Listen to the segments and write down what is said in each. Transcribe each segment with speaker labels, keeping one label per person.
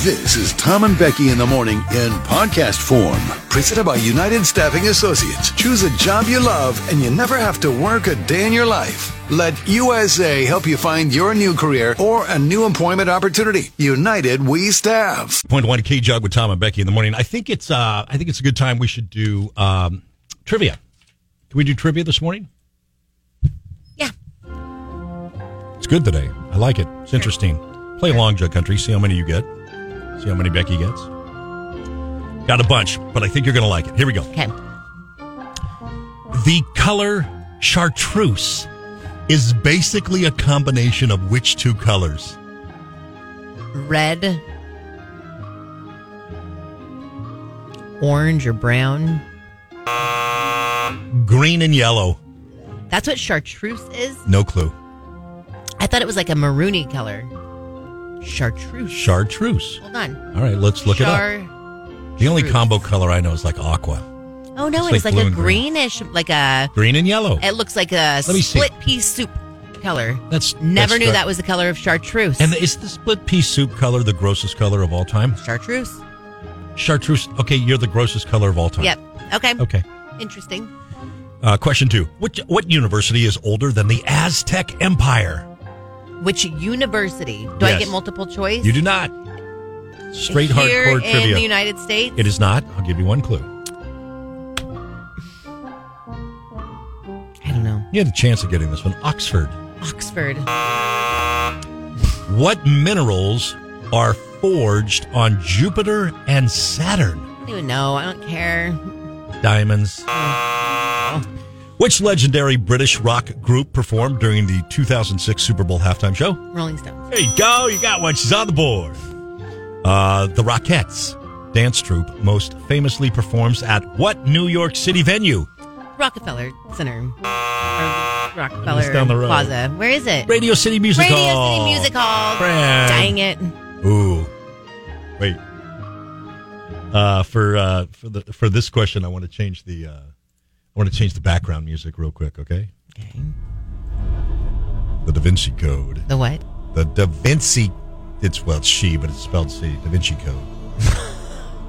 Speaker 1: This is Tom and Becky in the morning in podcast form, presented by United Staffing Associates. Choose a job you love and you never have to work a day in your life. Let USA help you find your new career or a new employment opportunity. United We Staff.
Speaker 2: Point one key jug with Tom and Becky in the morning. I think it's uh I think it's a good time we should do um trivia. Can we do trivia this morning?
Speaker 3: Yeah.
Speaker 2: It's good today. I like it. It's interesting. Play along, Jug Country. See how many you get. See how many Becky gets. Got a bunch, but I think you're gonna like it. Here we go.
Speaker 3: Okay.
Speaker 2: The color chartreuse is basically a combination of which two colors?
Speaker 3: Red, orange, or brown.
Speaker 2: Green and yellow.
Speaker 3: That's what chartreuse is.
Speaker 2: No clue.
Speaker 3: I thought it was like a maroony color. Chartreuse.
Speaker 2: Chartreuse.
Speaker 3: Hold on.
Speaker 2: All right, let's look it
Speaker 3: Char-
Speaker 2: up. The only
Speaker 3: truth.
Speaker 2: combo color I know is like aqua.
Speaker 3: Oh no,
Speaker 2: It's
Speaker 3: it's,
Speaker 2: like blue
Speaker 3: like, a
Speaker 2: and green.
Speaker 3: greenish, like a.
Speaker 2: Green and yellow.
Speaker 3: It looks like a
Speaker 2: Let me see.
Speaker 3: split pea soup color.
Speaker 2: That's
Speaker 3: Never
Speaker 2: that's
Speaker 3: knew
Speaker 2: char-
Speaker 3: that was the color of chartreuse.
Speaker 2: And is the split pea soup color the grossest color of all time?
Speaker 3: chartreuse.
Speaker 2: Chartreuse. Okay, you're the grossest color of all time.
Speaker 3: Yep. Okay.
Speaker 2: Okay.
Speaker 3: Interesting.
Speaker 2: Uh, question two: What what university is older than the Aztec Empire?
Speaker 3: Which university? Do I
Speaker 2: Yes.
Speaker 3: get multiple choice?
Speaker 2: You do not. Straight
Speaker 3: Here
Speaker 2: hardcore
Speaker 3: in
Speaker 2: trivia.
Speaker 3: the United States.
Speaker 2: it is not. I'll give you one clue.
Speaker 3: I don't know.
Speaker 2: You had a chance of getting this one. Oxford.
Speaker 3: Oxford.
Speaker 2: What minerals are forged on Jupiter and Saturn?
Speaker 3: I don't even know. I don't care.
Speaker 2: Diamonds. Which legendary British rock group performed during the 2006 Super Bowl halftime show?
Speaker 3: Rolling Stones.
Speaker 2: There you go. You got one. She's on the board. Uh, the Rockettes dance troupe most famously performs at what New York City venue?
Speaker 3: Rockefeller Center. Or Rockefeller
Speaker 2: Just down the road.
Speaker 3: Plaza. Where is it?
Speaker 2: Radio City Music
Speaker 3: Radio
Speaker 2: Hall.
Speaker 3: City Music Hall.
Speaker 2: Friend.
Speaker 3: Dang it.
Speaker 2: Ooh. Wait. Uh, for uh, for the for this question, I want to change the uh, I want to change the background music real quick. Okay.
Speaker 3: Okay.
Speaker 2: The Da Vinci Code.
Speaker 3: The what?
Speaker 2: The Da Vinci. It's well, it's she, but it's spelled C. Da Vinci Code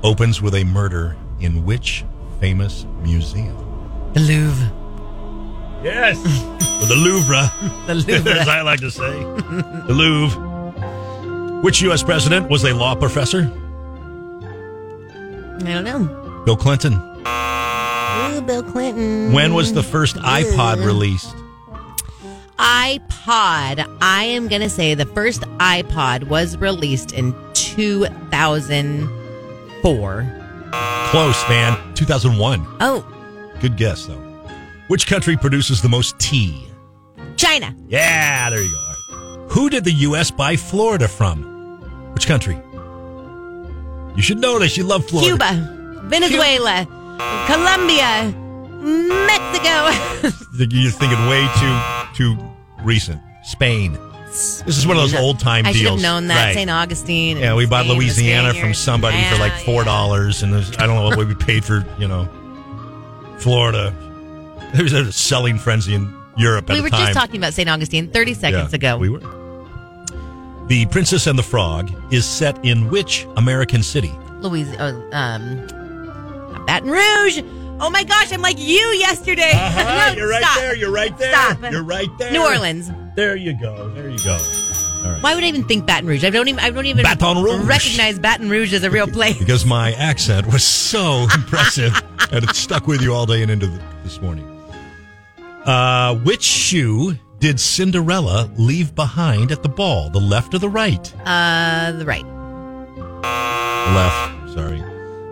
Speaker 2: opens with a murder in which famous museum?
Speaker 3: The Louvre.
Speaker 2: Yes, the Louvre.
Speaker 3: The Louvre.
Speaker 2: as I like to say. the Louvre. Which U.S. president was a law professor?
Speaker 3: I don't know.
Speaker 2: Bill Clinton.
Speaker 3: Ooh, Bill Clinton.
Speaker 2: When was the first iPod released?
Speaker 3: iPod. I am going to say the first iPod was released in 2004.
Speaker 2: Close, man. 2001.
Speaker 3: Oh,
Speaker 2: Good guess, though. Which country produces the most tea?
Speaker 3: China.
Speaker 2: Yeah, there you go. All right. Who did the U.S. buy Florida from? Which country? You should know this. You love Florida.
Speaker 3: Cuba, Venezuela, Colombia, Mexico.
Speaker 2: You're thinking way too too recent. Spain. This is one of those old time
Speaker 3: I
Speaker 2: deals.
Speaker 3: should have known that.
Speaker 2: Right.
Speaker 3: St. Augustine.
Speaker 2: Yeah,
Speaker 3: and
Speaker 2: we bought
Speaker 3: Spain, the
Speaker 2: Louisiana from
Speaker 3: Spaniards.
Speaker 2: somebody for like
Speaker 3: Yeah,
Speaker 2: four dollars, and there's, I don't know what we paid for. You know, Florida. There was a selling frenzy in Europe at
Speaker 3: yeah. We
Speaker 2: the
Speaker 3: were
Speaker 2: time.
Speaker 3: just talking about St. Augustine 30 seconds
Speaker 2: Yeah,
Speaker 3: ago.
Speaker 2: We were. The Princess and the Frog is set in which American city?
Speaker 3: Louis, oh, um, Baton Rouge. Oh my gosh, I'm like you yesterday. No, stop.
Speaker 2: Uh-huh, You're right there.
Speaker 3: Stop.
Speaker 2: You're right there.
Speaker 3: New Orleans.
Speaker 2: There you go. There you go. All right.
Speaker 3: Why would I even think Baton Rouge? I don't even. I don't even
Speaker 2: Baton Rouge.
Speaker 3: recognize Baton Rouge as a real place.
Speaker 2: because my accent was so impressive and it stuck with you all day and into the, this morning. Uh, which shoe did Cinderella leave behind at the ball? The left or the right?
Speaker 3: Uh, the right.
Speaker 2: Left. Sorry.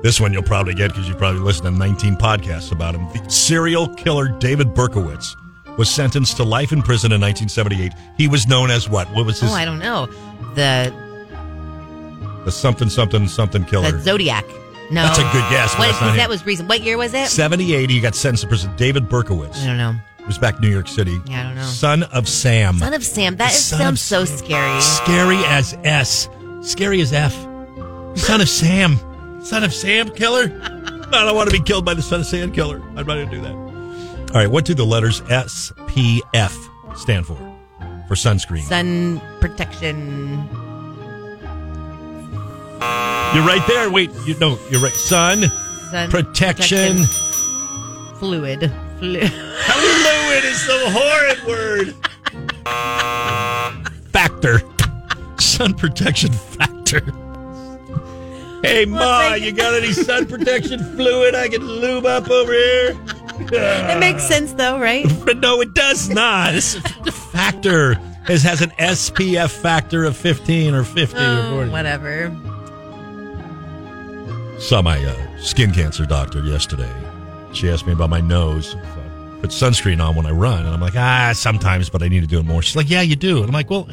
Speaker 2: This one you'll probably get because you probably listened to 19 podcasts about him. The serial killer David Berkowitz was sentenced to life in prison in 1978. He was known as what? What was his?
Speaker 3: Oh, I don't know. The
Speaker 2: the something, something, something killer.
Speaker 3: the Zodiac. No,
Speaker 2: That's a good guess, but
Speaker 3: What-
Speaker 2: that's not him.
Speaker 3: that was recent. What year was it?
Speaker 2: 78, he got sentenced to prison. David Berkowitz.
Speaker 3: I don't know.
Speaker 2: It was back in New York City.
Speaker 3: Yeah, I don't know.
Speaker 2: Son of Sam.
Speaker 3: Son of Sam. That is,
Speaker 2: Son of
Speaker 3: sounds so
Speaker 2: Sam.
Speaker 3: scary.
Speaker 2: Scary as S. Scary as F. Son of Sam. Son of Sam killer? I don't want to be killed by the son of Sam killer. I'm not going to do that. All right, what do the letters S, P, F stand for? For sunscreen.
Speaker 3: Sun protection.
Speaker 2: You're right there. Wait, you no, you're right. Sun,
Speaker 3: Sun
Speaker 2: protection.
Speaker 3: protection. Fluid. Fluid.
Speaker 2: Fluid is the horrid word. Factor. Sun protection factor. Hey Ma,
Speaker 3: thank-
Speaker 2: you got any sun protection fluid I can lube up over here?
Speaker 3: It makes
Speaker 2: Uh,
Speaker 3: sense though, right?
Speaker 2: But no, it does not. This is factor is has an SPF factor of fifteen or fifty or
Speaker 3: Oh,
Speaker 2: forty.
Speaker 3: whatever.
Speaker 2: saw my uh, skin cancer doctor yesterday. She asked me about my nose. So I put sunscreen on when I run, and I'm like, ah, sometimes, but I need to do it more. She's like, yeah, you do. And I'm like, well,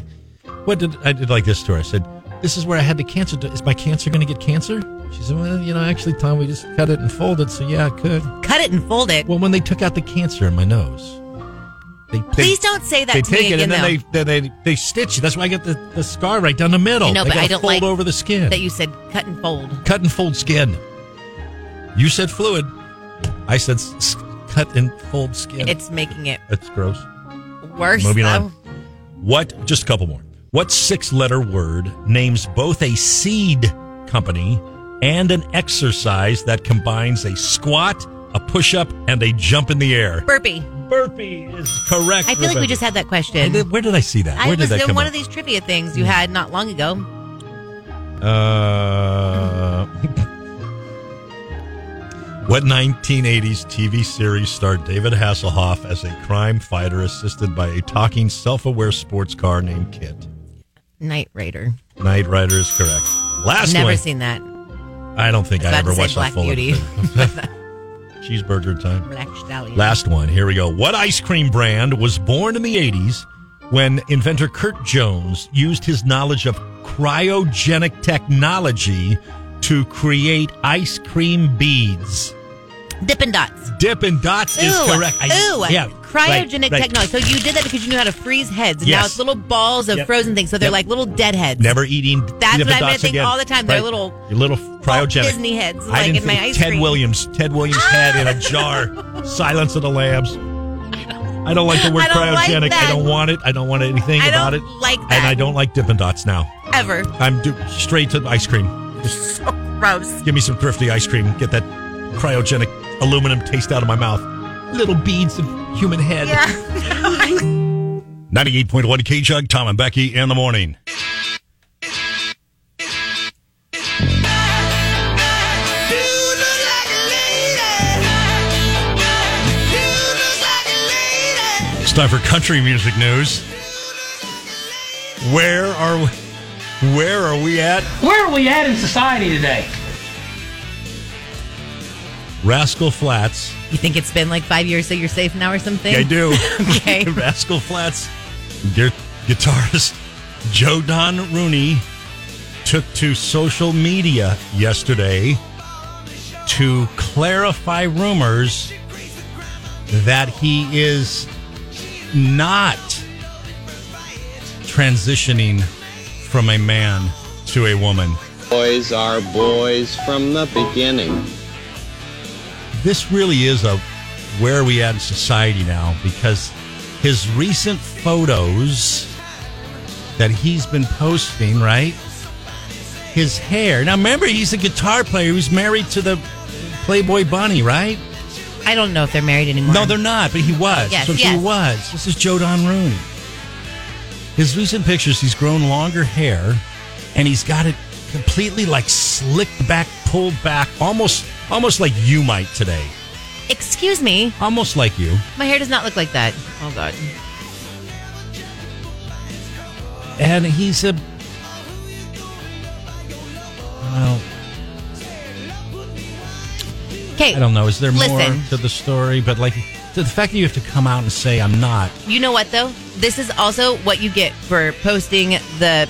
Speaker 2: what did I did like this to her? I said, this is where I had the cancer. Is my cancer going to get cancer? She said, well, you know, actually, Tom, we just cut it and folded, so yeah, it could.
Speaker 3: Cut it and fold it.
Speaker 2: Well, when they took out the cancer in my nose, they, they
Speaker 3: Please don't say that
Speaker 2: they
Speaker 3: to me
Speaker 2: take it
Speaker 3: again,
Speaker 2: and then
Speaker 3: though.
Speaker 2: they, then they they stitch it. That's why I got the, the scar right down the middle.
Speaker 3: I know,
Speaker 2: They
Speaker 3: but
Speaker 2: gotta
Speaker 3: I don't
Speaker 2: fold
Speaker 3: like
Speaker 2: over the skin
Speaker 3: that you said cut and fold.
Speaker 2: cut and fold skin. You said fluid. I said s- s- cut and fold skin.
Speaker 3: It's making it
Speaker 2: That's gross.
Speaker 3: worse.
Speaker 2: Moving
Speaker 3: though.
Speaker 2: on. What? Just a couple more. What six-letter word names both a seed company and an exercise that combines a squat, a push-up, and a jump in the air?
Speaker 3: Burpee.
Speaker 2: Burpee is correct.
Speaker 3: I feel like we
Speaker 2: Rebecca.
Speaker 3: just had that
Speaker 2: I
Speaker 3: question.
Speaker 2: did- Where did I see that?
Speaker 3: I
Speaker 2: Where did
Speaker 3: was
Speaker 2: that
Speaker 3: in
Speaker 2: come
Speaker 3: one
Speaker 2: up?
Speaker 3: of these trivia things you had not long ago.
Speaker 2: Uh, what 1980s TV series starred David Hasselhoff as a crime fighter assisted by a talking, self aware sports car named Kit?
Speaker 3: Night Raider.
Speaker 2: Knight Rider is correct. Last
Speaker 3: Never
Speaker 2: one.
Speaker 3: seen that.
Speaker 2: I don't think I
Speaker 3: about
Speaker 2: ever
Speaker 3: to say
Speaker 2: watched
Speaker 3: Black
Speaker 2: that full
Speaker 3: Beauty.
Speaker 2: episode. Cheeseburger time.
Speaker 3: Black Stallion.
Speaker 2: Last one. Here we go. What ice cream brand was born in the 80s when inventor Kurt Jones used his knowledge of cryogenic technology to create ice cream beads?
Speaker 3: Dippin' Dots.
Speaker 2: Dippin' Dots is
Speaker 3: Ooh,
Speaker 2: correct. I-
Speaker 3: ooh,
Speaker 2: yeah,
Speaker 3: cryogenic
Speaker 2: right, right.
Speaker 3: technology. So you did that because you knew how to freeze heads. Now
Speaker 2: Yes.
Speaker 3: it's little balls of
Speaker 2: Yep.
Speaker 3: frozen things. So they're
Speaker 2: Yep.
Speaker 3: like little dead heads.
Speaker 2: Never eating. Dippin'
Speaker 3: That's what I've been
Speaker 2: Dots
Speaker 3: thinking
Speaker 2: again.
Speaker 3: all the time. They're little-
Speaker 2: Your little cryogenic
Speaker 3: Disney heads,
Speaker 2: I
Speaker 3: like
Speaker 2: didn't
Speaker 3: in my
Speaker 2: think
Speaker 3: ice
Speaker 2: Ted
Speaker 3: cream.
Speaker 2: Williams. Ted Williams' head in a jar. Silence of the Lambs. I don't like the word
Speaker 3: I don't like
Speaker 2: cryogenic. I
Speaker 3: that.
Speaker 2: don't want it. I don't want anything
Speaker 3: I
Speaker 2: about
Speaker 3: don't
Speaker 2: it.
Speaker 3: like
Speaker 2: And
Speaker 3: that.
Speaker 2: I don't like Dippin' Dots now.
Speaker 3: Ever.
Speaker 2: I'm do- straight to ice cream.
Speaker 3: So gross.
Speaker 2: Give me some thrifty ice cream. Get that cryogenic aluminum taste out of my mouth. Little beads of human head.
Speaker 3: Yeah.
Speaker 2: 98.1 K Jug, Tom and Becky in the morning. It's time for country music news. Where are we? Where are we at?
Speaker 4: Where are we at in society today?
Speaker 2: Rascal Flats.
Speaker 3: You think it's been like five years, so you're safe now or something?
Speaker 2: I do.
Speaker 3: Okay.
Speaker 2: Rascal Flats gu- guitarist Joe Don Rooney took to social media yesterday to clarify rumors that he is not transitioning from a man to a woman.
Speaker 5: Boys are boys from the beginning.
Speaker 2: this really is a where are we at in society now because his recent photos that he's been posting, right? His hair. Now remember he's a guitar player who's married to the Playboy Bunny, right?
Speaker 3: I don't know if they're married anymore.
Speaker 2: No, they're not, but he was.
Speaker 3: Yes,
Speaker 2: so he
Speaker 3: yes.
Speaker 2: was. This is Joe Don Rooney. His recent pictures, he's grown longer hair, and he's got it completely like slicked back, pulled back, almost almost like you might today.
Speaker 3: Excuse me.
Speaker 2: Almost like you.
Speaker 3: My hair does not look like that. Oh, God.
Speaker 2: and he's a well,
Speaker 3: Okay.
Speaker 2: I don't know. Is there more
Speaker 3: Listen.
Speaker 2: to the story? But like to the fact that you have to come out and say I'm not.
Speaker 3: You know what though? This is also what you get for posting the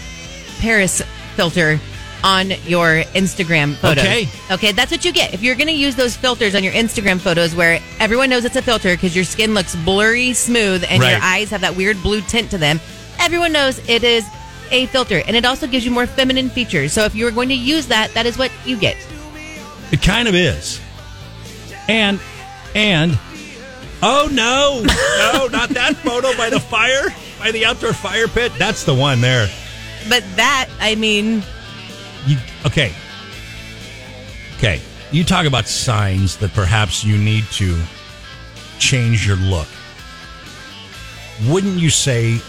Speaker 3: Paris filter on your Instagram photos.
Speaker 2: Okay.
Speaker 3: Okay, that's what you get. If you're going to use those filters on your Instagram photos where everyone knows it's a filter cuz your skin looks blurry smooth and your
Speaker 2: Right.
Speaker 3: eyes have that weird blue tint to them, everyone knows it is a filter and it also gives you more feminine features. So if you're going to use that, that is what you get.
Speaker 2: It kind of is. And and oh no, no, not that photo by the fire, by the outdoor fire pit. That's the one there.
Speaker 3: But that, I mean,
Speaker 2: You okay? Okay. You talk about signs that perhaps you need to change your look. Wouldn't you say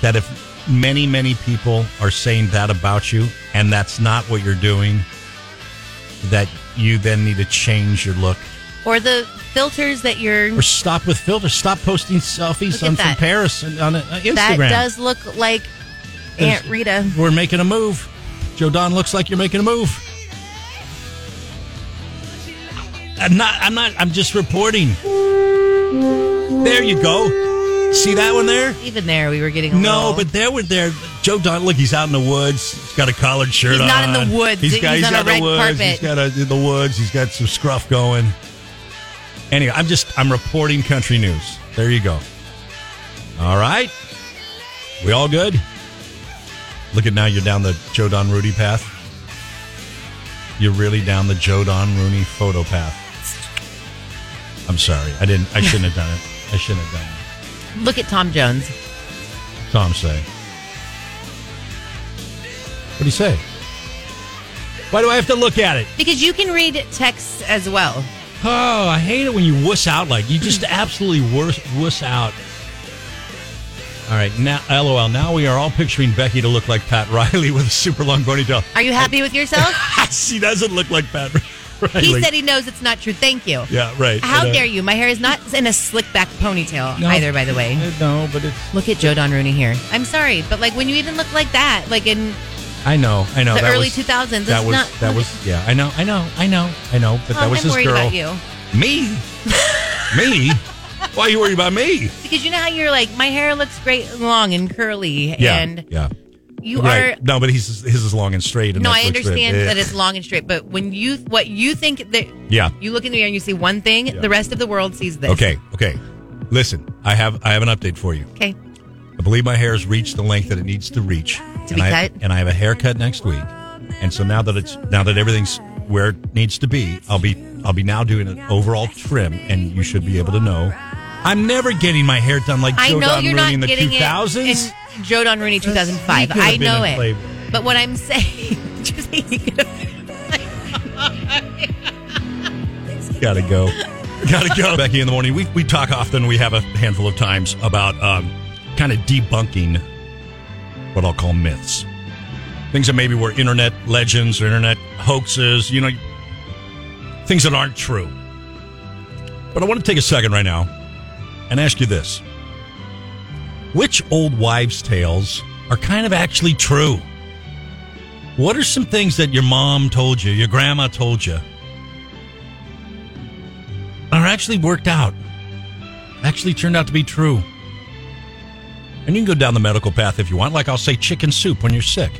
Speaker 2: that if many, many people are saying that about you and that's not what you're doing, that you then need to change your look?
Speaker 3: Or the filters that you're.
Speaker 2: Or stop with filters. Stop posting selfies
Speaker 3: Look at
Speaker 2: on from
Speaker 3: that.
Speaker 2: Paris and on uh, Instagram.
Speaker 3: That does look like Aunt
Speaker 2: There's-
Speaker 3: Rita.
Speaker 2: We're making a move. Joe Don looks like you're making a move. I'm not. I'm not. I'm just reporting. There you go. See that one there?
Speaker 3: Even there, we were getting a
Speaker 2: No,
Speaker 3: little-
Speaker 2: but there were there. Joe Don, look, he's out in the woods. He's got a collared shirt
Speaker 3: He's
Speaker 2: on.
Speaker 3: not in the woods. He's on a
Speaker 2: out in the
Speaker 3: red
Speaker 2: woods.
Speaker 3: carpet.
Speaker 2: He's got a, in the woods. He's got some scruff going. Anyway, I'm just I'm reporting country news. There you go. All right, we all good. Look at now, you're down the Joe Don Rudy path. You're really down the Joe Don Rooney photo path. I'm sorry, I didn't. I shouldn't have done it. I shouldn't have done it.
Speaker 3: look at Tom Jones.
Speaker 2: Tom say? What do you say? Why do I have to look at it?
Speaker 3: Because you can read texts as well.
Speaker 2: Oh, I hate it when you wuss out like you just absolutely wuss, wuss out. All right, now LOL. Now we are all picturing Becky to look like Pat Riley with a super long ponytail.
Speaker 3: Are you happy with yourself?
Speaker 2: she doesn't look like Pat Riley.
Speaker 3: he said he knows it's not true. Thank you.
Speaker 2: "Yeah, right."
Speaker 3: How
Speaker 2: And, uh,
Speaker 3: dare you? My hair is not in a slick back ponytail
Speaker 2: No.
Speaker 3: either, by the way.
Speaker 2: Uh, No, but it's.
Speaker 3: Look at Joe Don Rooney here. I'm sorry, but like when you even look like that, like in
Speaker 2: I know. I know.
Speaker 3: The
Speaker 2: that
Speaker 3: early
Speaker 2: was,
Speaker 3: 2000s,
Speaker 2: That
Speaker 3: it's
Speaker 2: was.
Speaker 3: not-
Speaker 2: that was. Yeah, I know. I know. I know. I know. But that
Speaker 3: Tom,
Speaker 2: was
Speaker 3: oh,
Speaker 2: his
Speaker 3: I'm worried
Speaker 2: girl.
Speaker 3: about you.
Speaker 2: Me? me? Why are you worried about me?
Speaker 3: Because you know how you're like, my hair looks great and long and curly and
Speaker 2: yeah.
Speaker 3: you are
Speaker 2: right. No, but he's his is long and straight. And
Speaker 3: No,
Speaker 2: that
Speaker 3: I
Speaker 2: looks
Speaker 3: understand
Speaker 2: good.
Speaker 3: that it's long and straight, but when you what you think that
Speaker 2: Yeah.
Speaker 3: you look in the mirror and you see one thing,
Speaker 2: Yeah.
Speaker 3: the rest of the world sees this.
Speaker 2: Okay, okay. Listen, I have I have an update for you.
Speaker 3: Okay.
Speaker 2: I believe my hair has reached the length that it needs to reach. and
Speaker 3: be
Speaker 2: I,
Speaker 3: cut?
Speaker 2: And I have a haircut next week. And so now that it's now that everything's where it needs to be, I'll be I'll be now doing an overall trim, and you should be able to know. I'm never getting my hair done like
Speaker 3: I
Speaker 2: Joe
Speaker 3: know
Speaker 2: Don
Speaker 3: you're
Speaker 2: Rooney in
Speaker 3: not
Speaker 2: the
Speaker 3: getting
Speaker 2: 2000s.
Speaker 3: it in Joe Don Rooney 2005.
Speaker 2: He could have
Speaker 3: I
Speaker 2: been
Speaker 3: know
Speaker 2: in
Speaker 3: it.
Speaker 2: Playboy.
Speaker 3: But what I'm saying, just- he could have-
Speaker 2: Gotta go. Gotta go. Becky in the morning. We, we talk often, we have a handful of times about um, kind of debunking what I'll call myths. Things that maybe were internet legends or internet hoaxes, you know, things that aren't true. But I want to take a second right now and ask you this Which old wives' tales are kind of actually true? What are some things that your mom told you, your grandma told you? are actually worked out, actually turned out to be true. And you can go down the medical path if you want. Like I'll say chicken soup when you're sick.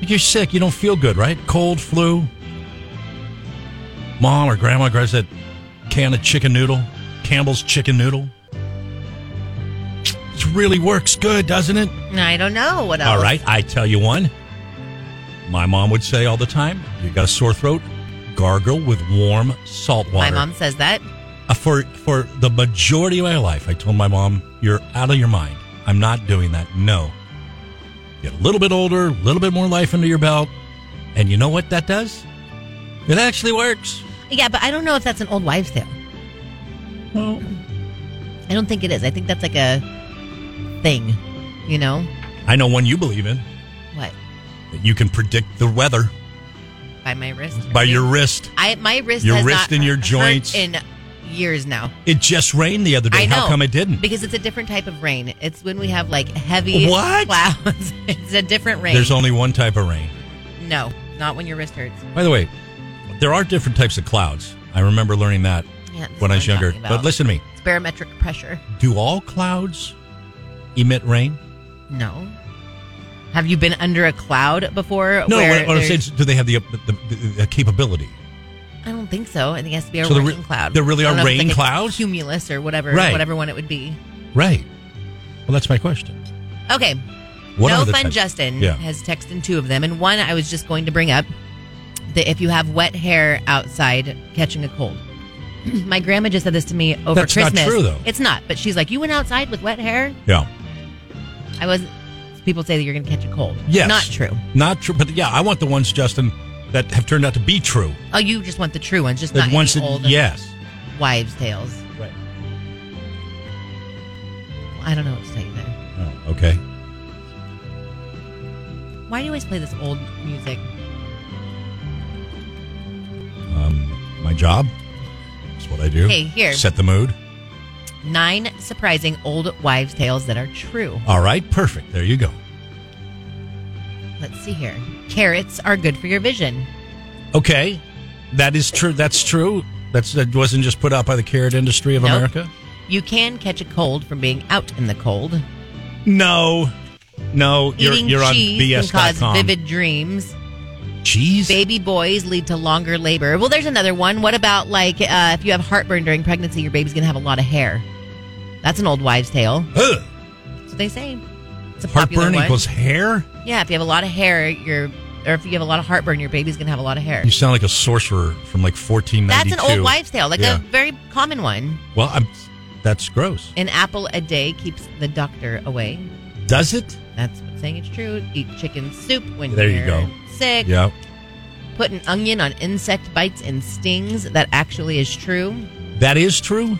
Speaker 2: If you're sick, you don't feel good, right? Cold, flu. Mom or grandma grabs that can of chicken noodle, Campbell's chicken noodle. It really works good, doesn't it?
Speaker 3: I don't know what else.
Speaker 2: All right, I tell you one. My mom would say all the time, you got a sore throat, gargle with warm salt water
Speaker 3: My mom says that.
Speaker 2: uh, for for the majority of my life, I told my mom, "You're out of your mind. I'm not doing that." No. Get a little bit older, a little bit more life under your belt, and you know what that does? It actually works.
Speaker 3: Yeah, but I don't know if that's an old wives' tale.
Speaker 2: Well,
Speaker 3: I don't think it is. I think that's like a thing, you know?
Speaker 2: I know one you believe in
Speaker 3: What?
Speaker 2: that you can predict the weather
Speaker 3: By my wrist?
Speaker 2: by your wrist.
Speaker 3: I my wrist.
Speaker 2: Your
Speaker 3: has
Speaker 2: wrist
Speaker 3: not
Speaker 2: and your
Speaker 3: hurt
Speaker 2: joints.
Speaker 3: in years now.
Speaker 2: It just rained the other day.
Speaker 3: I know.
Speaker 2: How come it didn't?
Speaker 3: Because it's a different type of rain. It's when we have like heavy
Speaker 2: What?
Speaker 3: clouds. it's a different rain.
Speaker 2: There's only one type of rain.
Speaker 3: no, not when your wrist hurts.
Speaker 2: By the way, there are different types of clouds. I remember learning that
Speaker 3: Yeah, this is
Speaker 2: when I
Speaker 3: what
Speaker 2: was
Speaker 3: I'm
Speaker 2: younger.
Speaker 3: talking about.
Speaker 2: But listen to me.
Speaker 3: It's barometric pressure.
Speaker 2: Do all clouds emit rain?
Speaker 3: No. Have you been under a cloud before?
Speaker 2: No,
Speaker 3: where
Speaker 2: what, what I'm
Speaker 3: there's-
Speaker 2: saying is, do they have the the, the, the capability?
Speaker 3: I don't think so. I think it has to be a
Speaker 2: So there
Speaker 3: rain
Speaker 2: re-
Speaker 3: cloud.
Speaker 2: there really
Speaker 3: I don't
Speaker 2: are
Speaker 3: know if it's
Speaker 2: rain
Speaker 3: like a
Speaker 2: clouds?
Speaker 3: cumulus, or whatever,
Speaker 2: Right.
Speaker 3: whatever one it would be.
Speaker 2: Right. Well, that's my question.
Speaker 3: Okay,
Speaker 2: What
Speaker 3: no
Speaker 2: are the
Speaker 3: fun
Speaker 2: types-
Speaker 3: Justin
Speaker 2: Yeah.
Speaker 3: has texted in two of them, and one I was just going to bring up that if you have wet hair outside catching a cold. My grandma just said this to me over
Speaker 2: That's not
Speaker 3: Christmas.
Speaker 2: true, though.
Speaker 3: It's not, but she's like, "You went outside with wet hair."
Speaker 2: Yeah.
Speaker 3: I was. People say that you're going to catch a cold.
Speaker 2: Yes.
Speaker 3: not true.
Speaker 2: Not true. But yeah, I want the ones, Justin, that have turned out to be true.
Speaker 3: Oh, you just want the true ones, just
Speaker 2: The
Speaker 3: not
Speaker 2: ones
Speaker 3: any
Speaker 2: that-
Speaker 3: old
Speaker 2: yes,
Speaker 3: wives' tales.
Speaker 2: right.
Speaker 3: I don't know what to say there.
Speaker 2: Oh, okay.
Speaker 3: Why do you always play this old music?
Speaker 2: My job is what I do.
Speaker 3: Hey, here.
Speaker 2: Set the mood.
Speaker 3: Nine surprising old wives' tales that are true.
Speaker 2: All right, perfect. There you go.
Speaker 3: Let's see here. Carrots are good for your vision.
Speaker 2: Okay, that is true. That's true. That's that wasn't just put out by the carrot industry of
Speaker 3: Nope.
Speaker 2: America.
Speaker 3: You can catch a cold from being out in the cold.
Speaker 2: No, no, you're
Speaker 3: Eating
Speaker 2: you're on
Speaker 3: cheese
Speaker 2: BS.
Speaker 3: can cause vivid dreams.
Speaker 2: cheese.
Speaker 3: Baby boys lead to longer labor. Well, there's another one. What about like uh, if you have heartburn during pregnancy, your baby's gonna have a lot of hair. That's an old wives' tale.
Speaker 2: Ugh.
Speaker 3: That's what they say. It's a popular
Speaker 2: Heartburn
Speaker 3: one.
Speaker 2: equals hair.
Speaker 3: yeah. If you have a lot of hair, your or if you have a lot of heartburn, your baby's gonna have a lot of hair.
Speaker 2: You sound like a sorcerer from like 1492.
Speaker 3: That's an old wives' tale, like
Speaker 2: Yeah.
Speaker 3: a very common one.
Speaker 2: Well, I'm, that's gross.
Speaker 3: An apple a day keeps the doctor away.
Speaker 2: Does it?
Speaker 3: That's what saying it's true. Eat chicken soup when
Speaker 2: There you
Speaker 3: you're
Speaker 2: go.
Speaker 3: sick.
Speaker 2: Yeah.
Speaker 3: Put an onion on insect bites and stings. That actually is true.
Speaker 2: That is true.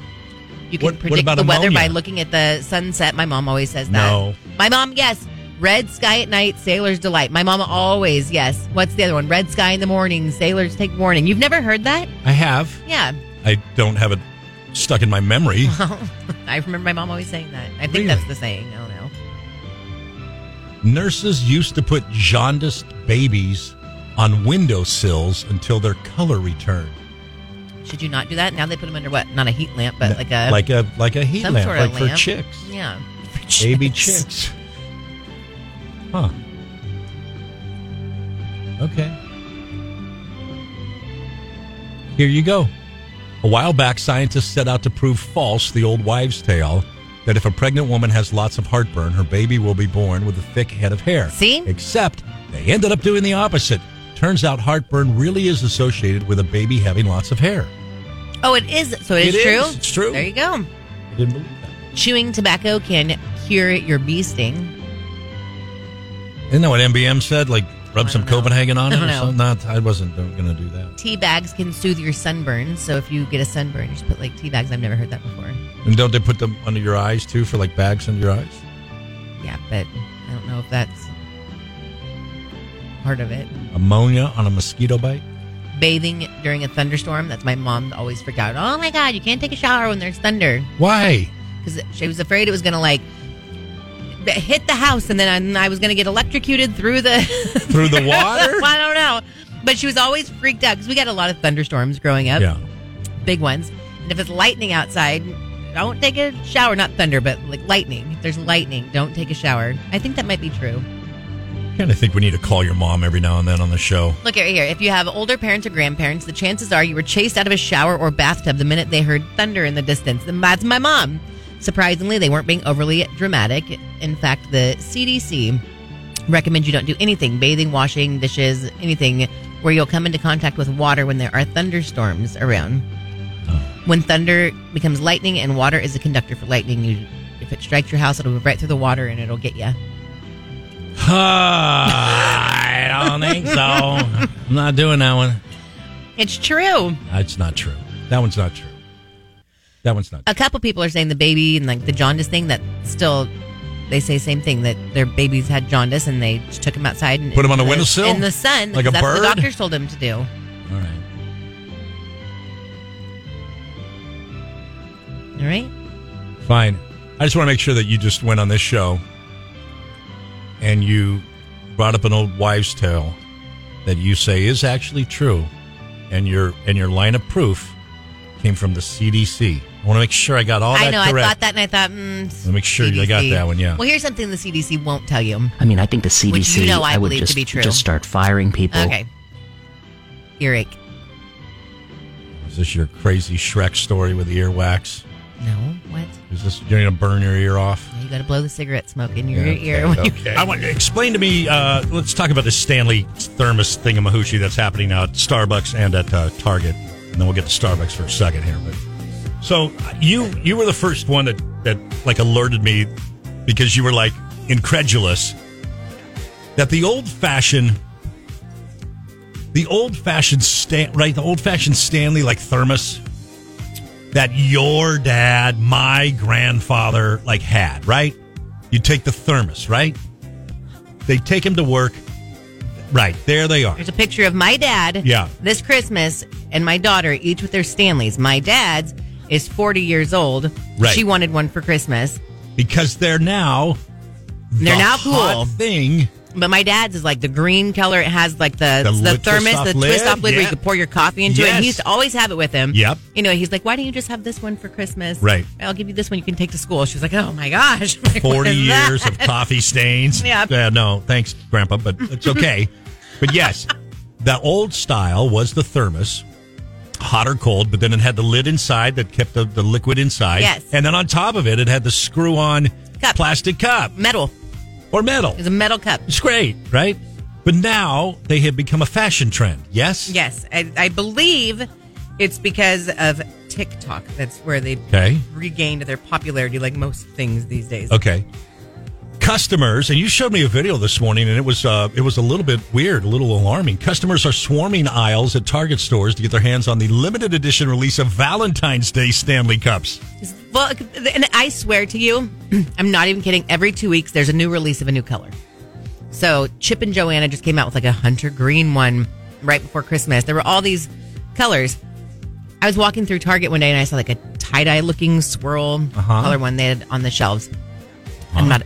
Speaker 3: You can
Speaker 2: What- what
Speaker 3: predict
Speaker 2: about
Speaker 3: the weather by
Speaker 2: ammonia?
Speaker 3: looking at the sunset. My mom always says that.
Speaker 2: No.
Speaker 3: My mom, yes. Red sky at night, sailors delight. My mom always, yes. What's the other one? Red sky in the morning, sailors take warning. You've never heard that?
Speaker 2: I have.
Speaker 3: Yeah.
Speaker 2: I don't have it stuck in my memory.
Speaker 3: I remember my mom always saying that. I think
Speaker 2: Really?
Speaker 3: that's the saying. I don't know.
Speaker 2: Nurses used to put jaundiced babies on windowsills until their color returned.
Speaker 3: Should you not do that? Now they put them under what? Not a heat lamp, but like a
Speaker 2: like a like a heat
Speaker 3: some
Speaker 2: lamp,
Speaker 3: sort
Speaker 2: like
Speaker 3: of
Speaker 2: for
Speaker 3: lamp.
Speaker 2: chicks,
Speaker 3: Yeah.
Speaker 2: baby chicks. Huh. Okay. Here you go. A while back, scientists set out to prove false the old wives' tale that if a pregnant woman has lots of heartburn, her baby will be born with a thick head of hair.
Speaker 3: See?
Speaker 2: Except they ended up doing the opposite. Turns out heartburn really is associated with a baby having lots of hair.
Speaker 3: Oh, it is. So it is,
Speaker 2: It is.
Speaker 3: true.
Speaker 2: It's true.
Speaker 3: There you go.
Speaker 2: I didn't believe that.
Speaker 3: Chewing tobacco can cure your bee sting.
Speaker 2: Isn't that what MBM said? Like rub
Speaker 3: I
Speaker 2: some
Speaker 3: don't know.
Speaker 2: Copenhagen on
Speaker 3: I
Speaker 2: it
Speaker 3: don't
Speaker 2: or
Speaker 3: know.
Speaker 2: something? Not, I wasn't going to do that.
Speaker 3: Tea bags can soothe your sunburn. So if you get a sunburn, you just put like tea bags. I've never heard that before.
Speaker 2: And don't they put them under your eyes too for like bags under your eyes?
Speaker 3: Yeah, but I don't know if that's part of it.
Speaker 2: Ammonia on a mosquito bite?
Speaker 3: Bathing during a thunderstorm. That's my mom that always freaked out. Oh my God, you can't take a shower when there's thunder.
Speaker 2: Why?
Speaker 3: Because she was afraid it was going to like b- hit the house and then I, I was going to get electrocuted through the.
Speaker 2: Through the water?
Speaker 3: I don't know. But she was always freaked out because we got a lot of thunderstorms growing up.
Speaker 2: Yeah.
Speaker 3: big ones. And if it's lightning outside, don't take a shower. Not thunder, but like lightning. If there's lightning, don't take a shower. I think that might be true.
Speaker 2: Kind of think we need to call your mom every now and then on the show.
Speaker 3: Look right here. If you have older parents or grandparents, the chances are you were chased out of a shower or bathtub the minute they heard thunder in the distance. And that's my mom. Surprisingly, they weren't being overly dramatic. In fact, the CDC recommends you don't do anything bathing, washing, dishes, anything where you'll come into contact with water when there are thunderstorms around. When thunder becomes lightning and water is a conductor for lightning, you if it strikes your house, it'll move right through the water and it'll get you.
Speaker 2: I don't think so. I'm not doing that one.
Speaker 3: It's true.
Speaker 2: That's not true. That one's not true. That one's not
Speaker 3: a couple people are saying the baby and like the jaundice thing that still they say same thing that their babies had jaundice and they just took them outside and
Speaker 2: Put 'em on a
Speaker 3: in the-
Speaker 2: windowsill?
Speaker 3: in the sun
Speaker 2: Like a
Speaker 3: because that's
Speaker 2: bird?
Speaker 3: What the doctors told them to do.
Speaker 2: true. All right.
Speaker 3: All right,
Speaker 2: Fine. I just want to make sure that you just went on this show and you brought up an old wives' tale that you say is actually true, and your and your line of proof came from the CDC. I want to make sure I got all that
Speaker 3: I know.
Speaker 2: correct.
Speaker 3: I thought that, and I thought, mm,
Speaker 2: Let me make sure you
Speaker 3: CDC.
Speaker 2: got that one, yeah.
Speaker 3: Well, here's something the CDC won't tell you.
Speaker 6: I mean, I think the CDC.
Speaker 3: Which you know I
Speaker 6: would
Speaker 3: believe to
Speaker 6: just,
Speaker 3: be true.
Speaker 6: just start firing people.
Speaker 2: Oh.
Speaker 3: Okay, earache.
Speaker 2: Is this your crazy Shrek story with the earwax?
Speaker 3: No, what?
Speaker 2: Is this you're going to burn your ear off?
Speaker 3: You got to blow the cigarette smoke in your
Speaker 2: Yeah, okay,
Speaker 3: ear. When you,
Speaker 2: okay. I want explain to me. Uh, let's talk about this Stanley thermos thingamahoochie that's happening now at Starbucks and at uh, Target, and then we'll get to Starbucks for a second here. But so uh, you you were the first one that that like alerted me because you were like incredulous that the old fashioned The old fashioned Stan, right? The old fashioned Stanley like thermos that your dad, my grandfather, like had, right? You take the thermos, right? They take him to work. Right there, they are.
Speaker 3: There's a picture of my dad
Speaker 2: Yeah.
Speaker 3: this Christmas and my daughter, each with their Stanleys. My dad's is 40 years old.
Speaker 2: Right.
Speaker 3: She wanted one for Christmas,
Speaker 2: because they're now
Speaker 3: They're
Speaker 2: the
Speaker 3: now
Speaker 2: hot
Speaker 3: cool.
Speaker 2: thing
Speaker 3: but my dad's is like the green color. It has like the
Speaker 2: The
Speaker 3: the,
Speaker 2: lid-
Speaker 3: thermos,
Speaker 2: twist-off
Speaker 3: the
Speaker 2: lid?
Speaker 3: twist off lid where
Speaker 2: Yeah.
Speaker 3: you could pour your coffee into it.
Speaker 2: Yes.
Speaker 3: He used to always have it with him.
Speaker 2: Yep.
Speaker 3: You know, he's like, "Why don't you just have this one for Christmas?
Speaker 2: Right.
Speaker 3: I'll give you this one. You can take to school." She's like, "Oh my gosh, I'm like, what
Speaker 2: forty
Speaker 3: is that?"
Speaker 2: years of coffee stains.
Speaker 3: Yeah.
Speaker 2: no, thanks, Grandpa, but it's okay. but yes, the old style was the thermos, hot or cold, but then it had the lid inside that kept the, the liquid inside.
Speaker 3: Yes.
Speaker 2: And then on top of it, it had the screw on
Speaker 3: Cup.
Speaker 2: plastic cup
Speaker 3: metal.
Speaker 2: or metal.
Speaker 3: It's a metal cup."
Speaker 2: It's great, right? But now they have become a fashion trend. Yes?
Speaker 3: Yes, I, I believe it's because of TikTok. That's where they
Speaker 2: Okay.
Speaker 3: regained their popularity, like most things these days.
Speaker 2: Okay. Customers, and you showed me a video this morning, and it was uh, it was a little bit weird, a little alarming. Customers are swarming aisles at Target stores to get their hands on the limited edition release of Valentine's Day Stanley Cups.
Speaker 3: Well, and I swear to you, I'm not even kidding. Every two weeks, there's a new release of a new color. So Chip and Joanna just came out with like a hunter green one right before Christmas. There were all these colors. I was walking through Target one day and I saw like a tie dye looking swirl color one they had on the shelves. I'm not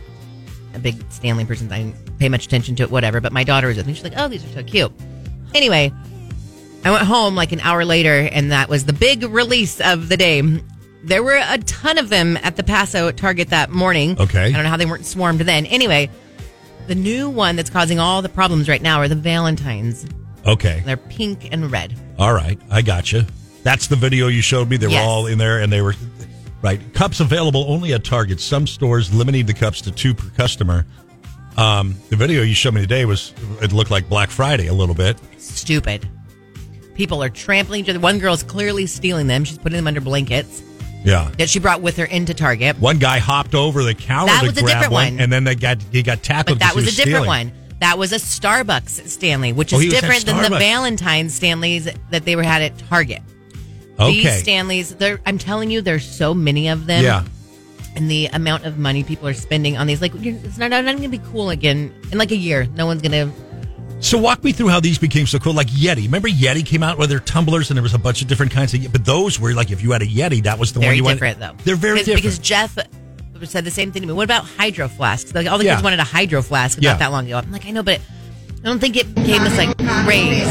Speaker 3: a big Stanley person. I didn't pay much attention to it, whatever. But my daughter was with me. She's like, oh, these are so cute. Anyway, I went home like an hour later, and that was the big release of the day. There were a ton of them at the Paso at Target that morning.
Speaker 2: Okay.
Speaker 3: I don't know how they weren't swarmed then. Anyway, the new one that's causing all the problems right now are the Valentines.
Speaker 2: Okay,
Speaker 3: They're pink and red.
Speaker 2: all right, I got you. That's the video you showed me. They were
Speaker 3: Yes.
Speaker 2: all in there, and they were right. Cups available only at Target. Some stores limiting the cups to two per customer. Um, the video you showed me today was it looked like Black Friday a little bit.
Speaker 3: Stupid. People are trampling each other. One girl's clearly stealing them. She's putting them under blankets
Speaker 2: Yeah.
Speaker 3: that she brought with her into Target.
Speaker 2: One guy hopped over the counter
Speaker 3: That
Speaker 2: to
Speaker 3: was a
Speaker 2: grab
Speaker 3: different
Speaker 2: one,
Speaker 3: one.
Speaker 2: and then they got he got tackled.
Speaker 3: But that
Speaker 2: because
Speaker 3: was,
Speaker 2: he
Speaker 3: a different
Speaker 2: stealing.
Speaker 3: one. That was a Starbucks Stanley, which
Speaker 2: Oh,
Speaker 3: is
Speaker 2: he was at
Speaker 3: different than the
Speaker 2: Starbucks.
Speaker 3: Valentine's Stanleys that they were had at Target. These
Speaker 2: Okay,
Speaker 3: Stanleys, they're, I'm telling you, there's so many of them.
Speaker 2: yeah,
Speaker 3: And the amount of money people are spending on these, like, you're, it's not, not going to be cool again in like a year. No one's going to.
Speaker 2: So walk me through how these became so cool. Like Yeti, remember Yeti came out with their tumblers, and there was a bunch of different kinds of. But those were like if you had a Yeti, that was the one
Speaker 3: Very
Speaker 2: you wanted.
Speaker 3: different, though.
Speaker 2: They're very different.
Speaker 3: because, Because Jeff said the same thing to me. What about hydro flasks? Like, all the
Speaker 2: Yeah.
Speaker 3: kids wanted a hydro flask not
Speaker 2: Yeah.
Speaker 3: that long ago. I'm like, I know, but I don't think it became this, like, craze.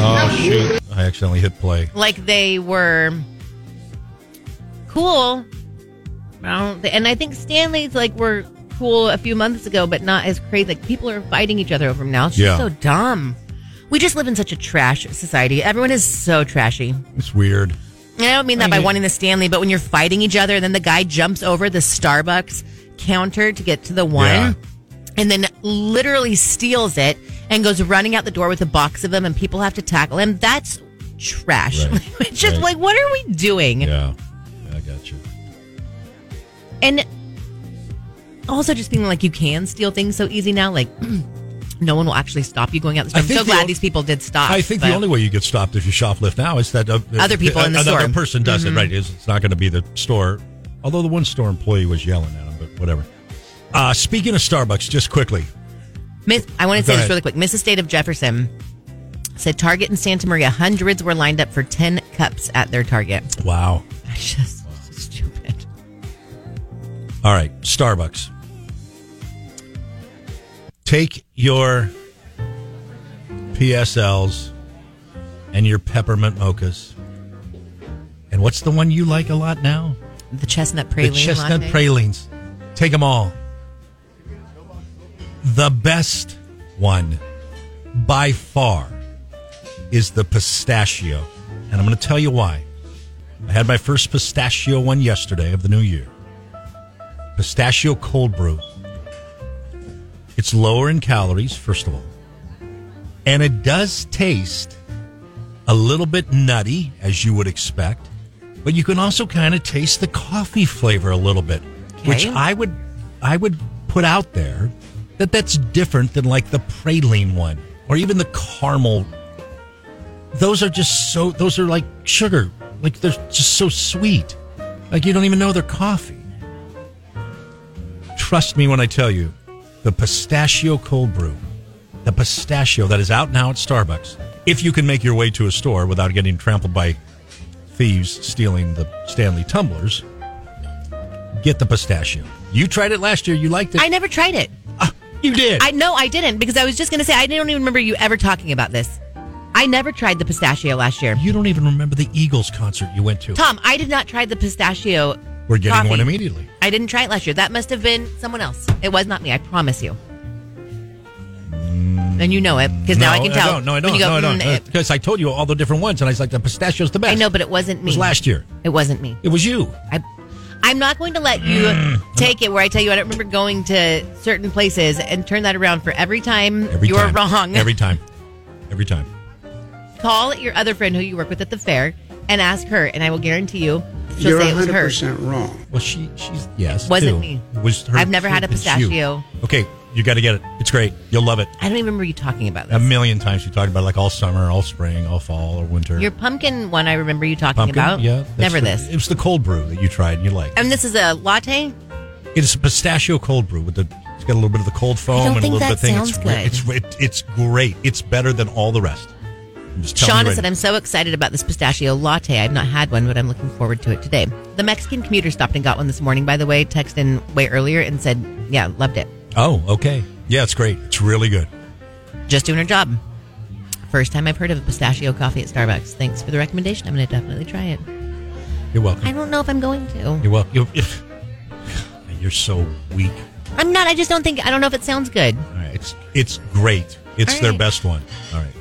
Speaker 2: oh shoot! I accidentally hit play.
Speaker 3: like they were cool. I don't thi- and I think Stanley's like were cool a few months ago, but not as crazy. Like people are fighting each other over them now. It's just
Speaker 2: Yeah.
Speaker 3: so dumb. We just live in such a trash society. Everyone is so trashy.
Speaker 2: It's weird.
Speaker 3: And I don't mean that by wanting the Stanley, but when you're fighting each other and then the guy jumps over the Starbucks counter to get to the one
Speaker 2: Yeah.
Speaker 3: and then literally steals it and goes running out the door with a box of them and people have to tackle him, that's trash.
Speaker 2: Right.
Speaker 3: it's just
Speaker 2: Right.
Speaker 3: like, what are we doing?
Speaker 2: Yeah, I got you.
Speaker 3: And also just feeling like you can steal things so easy now, like no one will actually stop you going out the
Speaker 2: I
Speaker 3: store. I'm
Speaker 2: think
Speaker 3: so
Speaker 2: the
Speaker 3: glad
Speaker 2: o-
Speaker 3: these people did stop.
Speaker 2: I think the
Speaker 3: but-
Speaker 2: only way you get stopped if you shoplift now is that uh,
Speaker 3: Ah, Other people in the
Speaker 2: another
Speaker 3: store. Mm-hmm.
Speaker 2: person does it, right? It's, it's not going to be the store. Although the one store employee was yelling at him, but whatever. Uh, speaking of Starbucks, just quickly,
Speaker 3: Miss, I want to
Speaker 2: Go
Speaker 3: say
Speaker 2: ahead.
Speaker 3: this really quick. Mrs. State of Jefferson said Target in Santa Maria, hundreds were lined up for 10 cups at their Target.
Speaker 2: wow.
Speaker 3: That's just stupid.
Speaker 2: All right, Starbucks. Take your PSLs and your peppermint mochas. And what's the one you like a lot now?
Speaker 3: The chestnut praline.
Speaker 2: the chestnut
Speaker 3: latte.
Speaker 2: pralines. Take them all. The best one by far is the pistachio. And I'm going to tell you why. I had my first pistachio one yesterday of the new year. Pistachio cold brew. It's lower in calories, first of all. And it does taste a little bit nutty, as you would expect, but you can also kind of taste the coffee flavor a little bit, which
Speaker 3: Okay.
Speaker 2: I would I would put out there that that's different than like the praline one. or even the caramel. Those are just so. Those are like sugar. Like they're just so sweet. Like you don't even know they're coffee. Trust me when I tell you, the pistachio cold brew, the pistachio that is out now at Starbucks. If you can make your way to a store without getting trampled by thieves stealing the Stanley tumblers, get the pistachio. You tried it last year. You liked it. Ah,
Speaker 3: I never tried it.
Speaker 2: you did.
Speaker 3: I no, I didn't because I was just going to say I don't even remember you ever talking about this. I never tried the pistachio last year.
Speaker 2: you don't even remember the Eagles concert you went to.
Speaker 3: Tom, I did not try the pistachio.
Speaker 2: We're getting
Speaker 3: coffee.
Speaker 2: one immediately.
Speaker 3: I didn't try it last year. That must have been someone else. It was not me. I promise you. And you know it because now I can tell.
Speaker 2: don't. No, I
Speaker 3: when
Speaker 2: don't.
Speaker 3: you go,
Speaker 2: no, I don't.
Speaker 3: "Mm, it-
Speaker 2: Because I told you all the different ones, and I was like, the pistachio's the best.
Speaker 3: I know, but it wasn't
Speaker 2: it
Speaker 3: me.
Speaker 2: was last year.
Speaker 3: It wasn't me.
Speaker 2: It was you.
Speaker 3: I, I'm not going to let you
Speaker 2: Mm,
Speaker 3: take it where I tell you I don't remember going to certain places and turn that around for every time
Speaker 2: Every
Speaker 3: you're
Speaker 2: time.
Speaker 3: wrong.
Speaker 2: Every time. Every time.
Speaker 3: Call your other friend who you work with at the fair and ask her, and I will guarantee you she'll say it was her.
Speaker 7: wrong.
Speaker 2: Well, she, she's yes.
Speaker 3: Wasn't
Speaker 2: too.
Speaker 3: me.
Speaker 2: It was her.
Speaker 3: I've never had a
Speaker 2: it's you.
Speaker 3: pistachio.
Speaker 2: Okay, you got to get it. It's great. You'll love it.
Speaker 3: I don't even remember you talking about
Speaker 2: A
Speaker 3: this.
Speaker 2: million times you talked about it, like all summer, all spring, all fall, or winter.
Speaker 3: Your pumpkin one, I remember you talking
Speaker 2: Pumpkin,
Speaker 3: about.
Speaker 2: Yeah, that's
Speaker 3: never
Speaker 2: the-
Speaker 3: this.
Speaker 2: It was the cold brew that you tried and you liked.
Speaker 3: And this is a latte.
Speaker 2: It is a pistachio cold brew with the. It's got a little bit of the cold foam
Speaker 3: don't
Speaker 2: and a
Speaker 3: think
Speaker 2: little bit
Speaker 3: that
Speaker 2: of thing.
Speaker 3: sounds
Speaker 2: it's,
Speaker 3: good.
Speaker 2: re- It's, it, it's great. It's better than all the rest. I'm just telling you
Speaker 3: Shauna
Speaker 2: right
Speaker 3: said,
Speaker 2: now.
Speaker 3: I'm so excited about this pistachio latte. I've not had one, but I'm looking forward to it today. The Mexican commuter stopped and got one this morning, by the way, texted in way earlier and said, yeah, loved it.
Speaker 2: Oh, okay. Yeah, it's great. It's really good.
Speaker 3: Just doing her job. First time I've heard of a pistachio coffee at Starbucks. Thanks for the recommendation. I'm going to definitely try it.
Speaker 2: You're welcome.
Speaker 3: I don't know if I'm going to.
Speaker 2: You're welcome. You're, you're so weak.
Speaker 3: I'm not. I just don't think. I don't know if it sounds good.
Speaker 2: All right. It's it's great. It's
Speaker 3: All
Speaker 2: their
Speaker 3: right.
Speaker 2: best one. All right.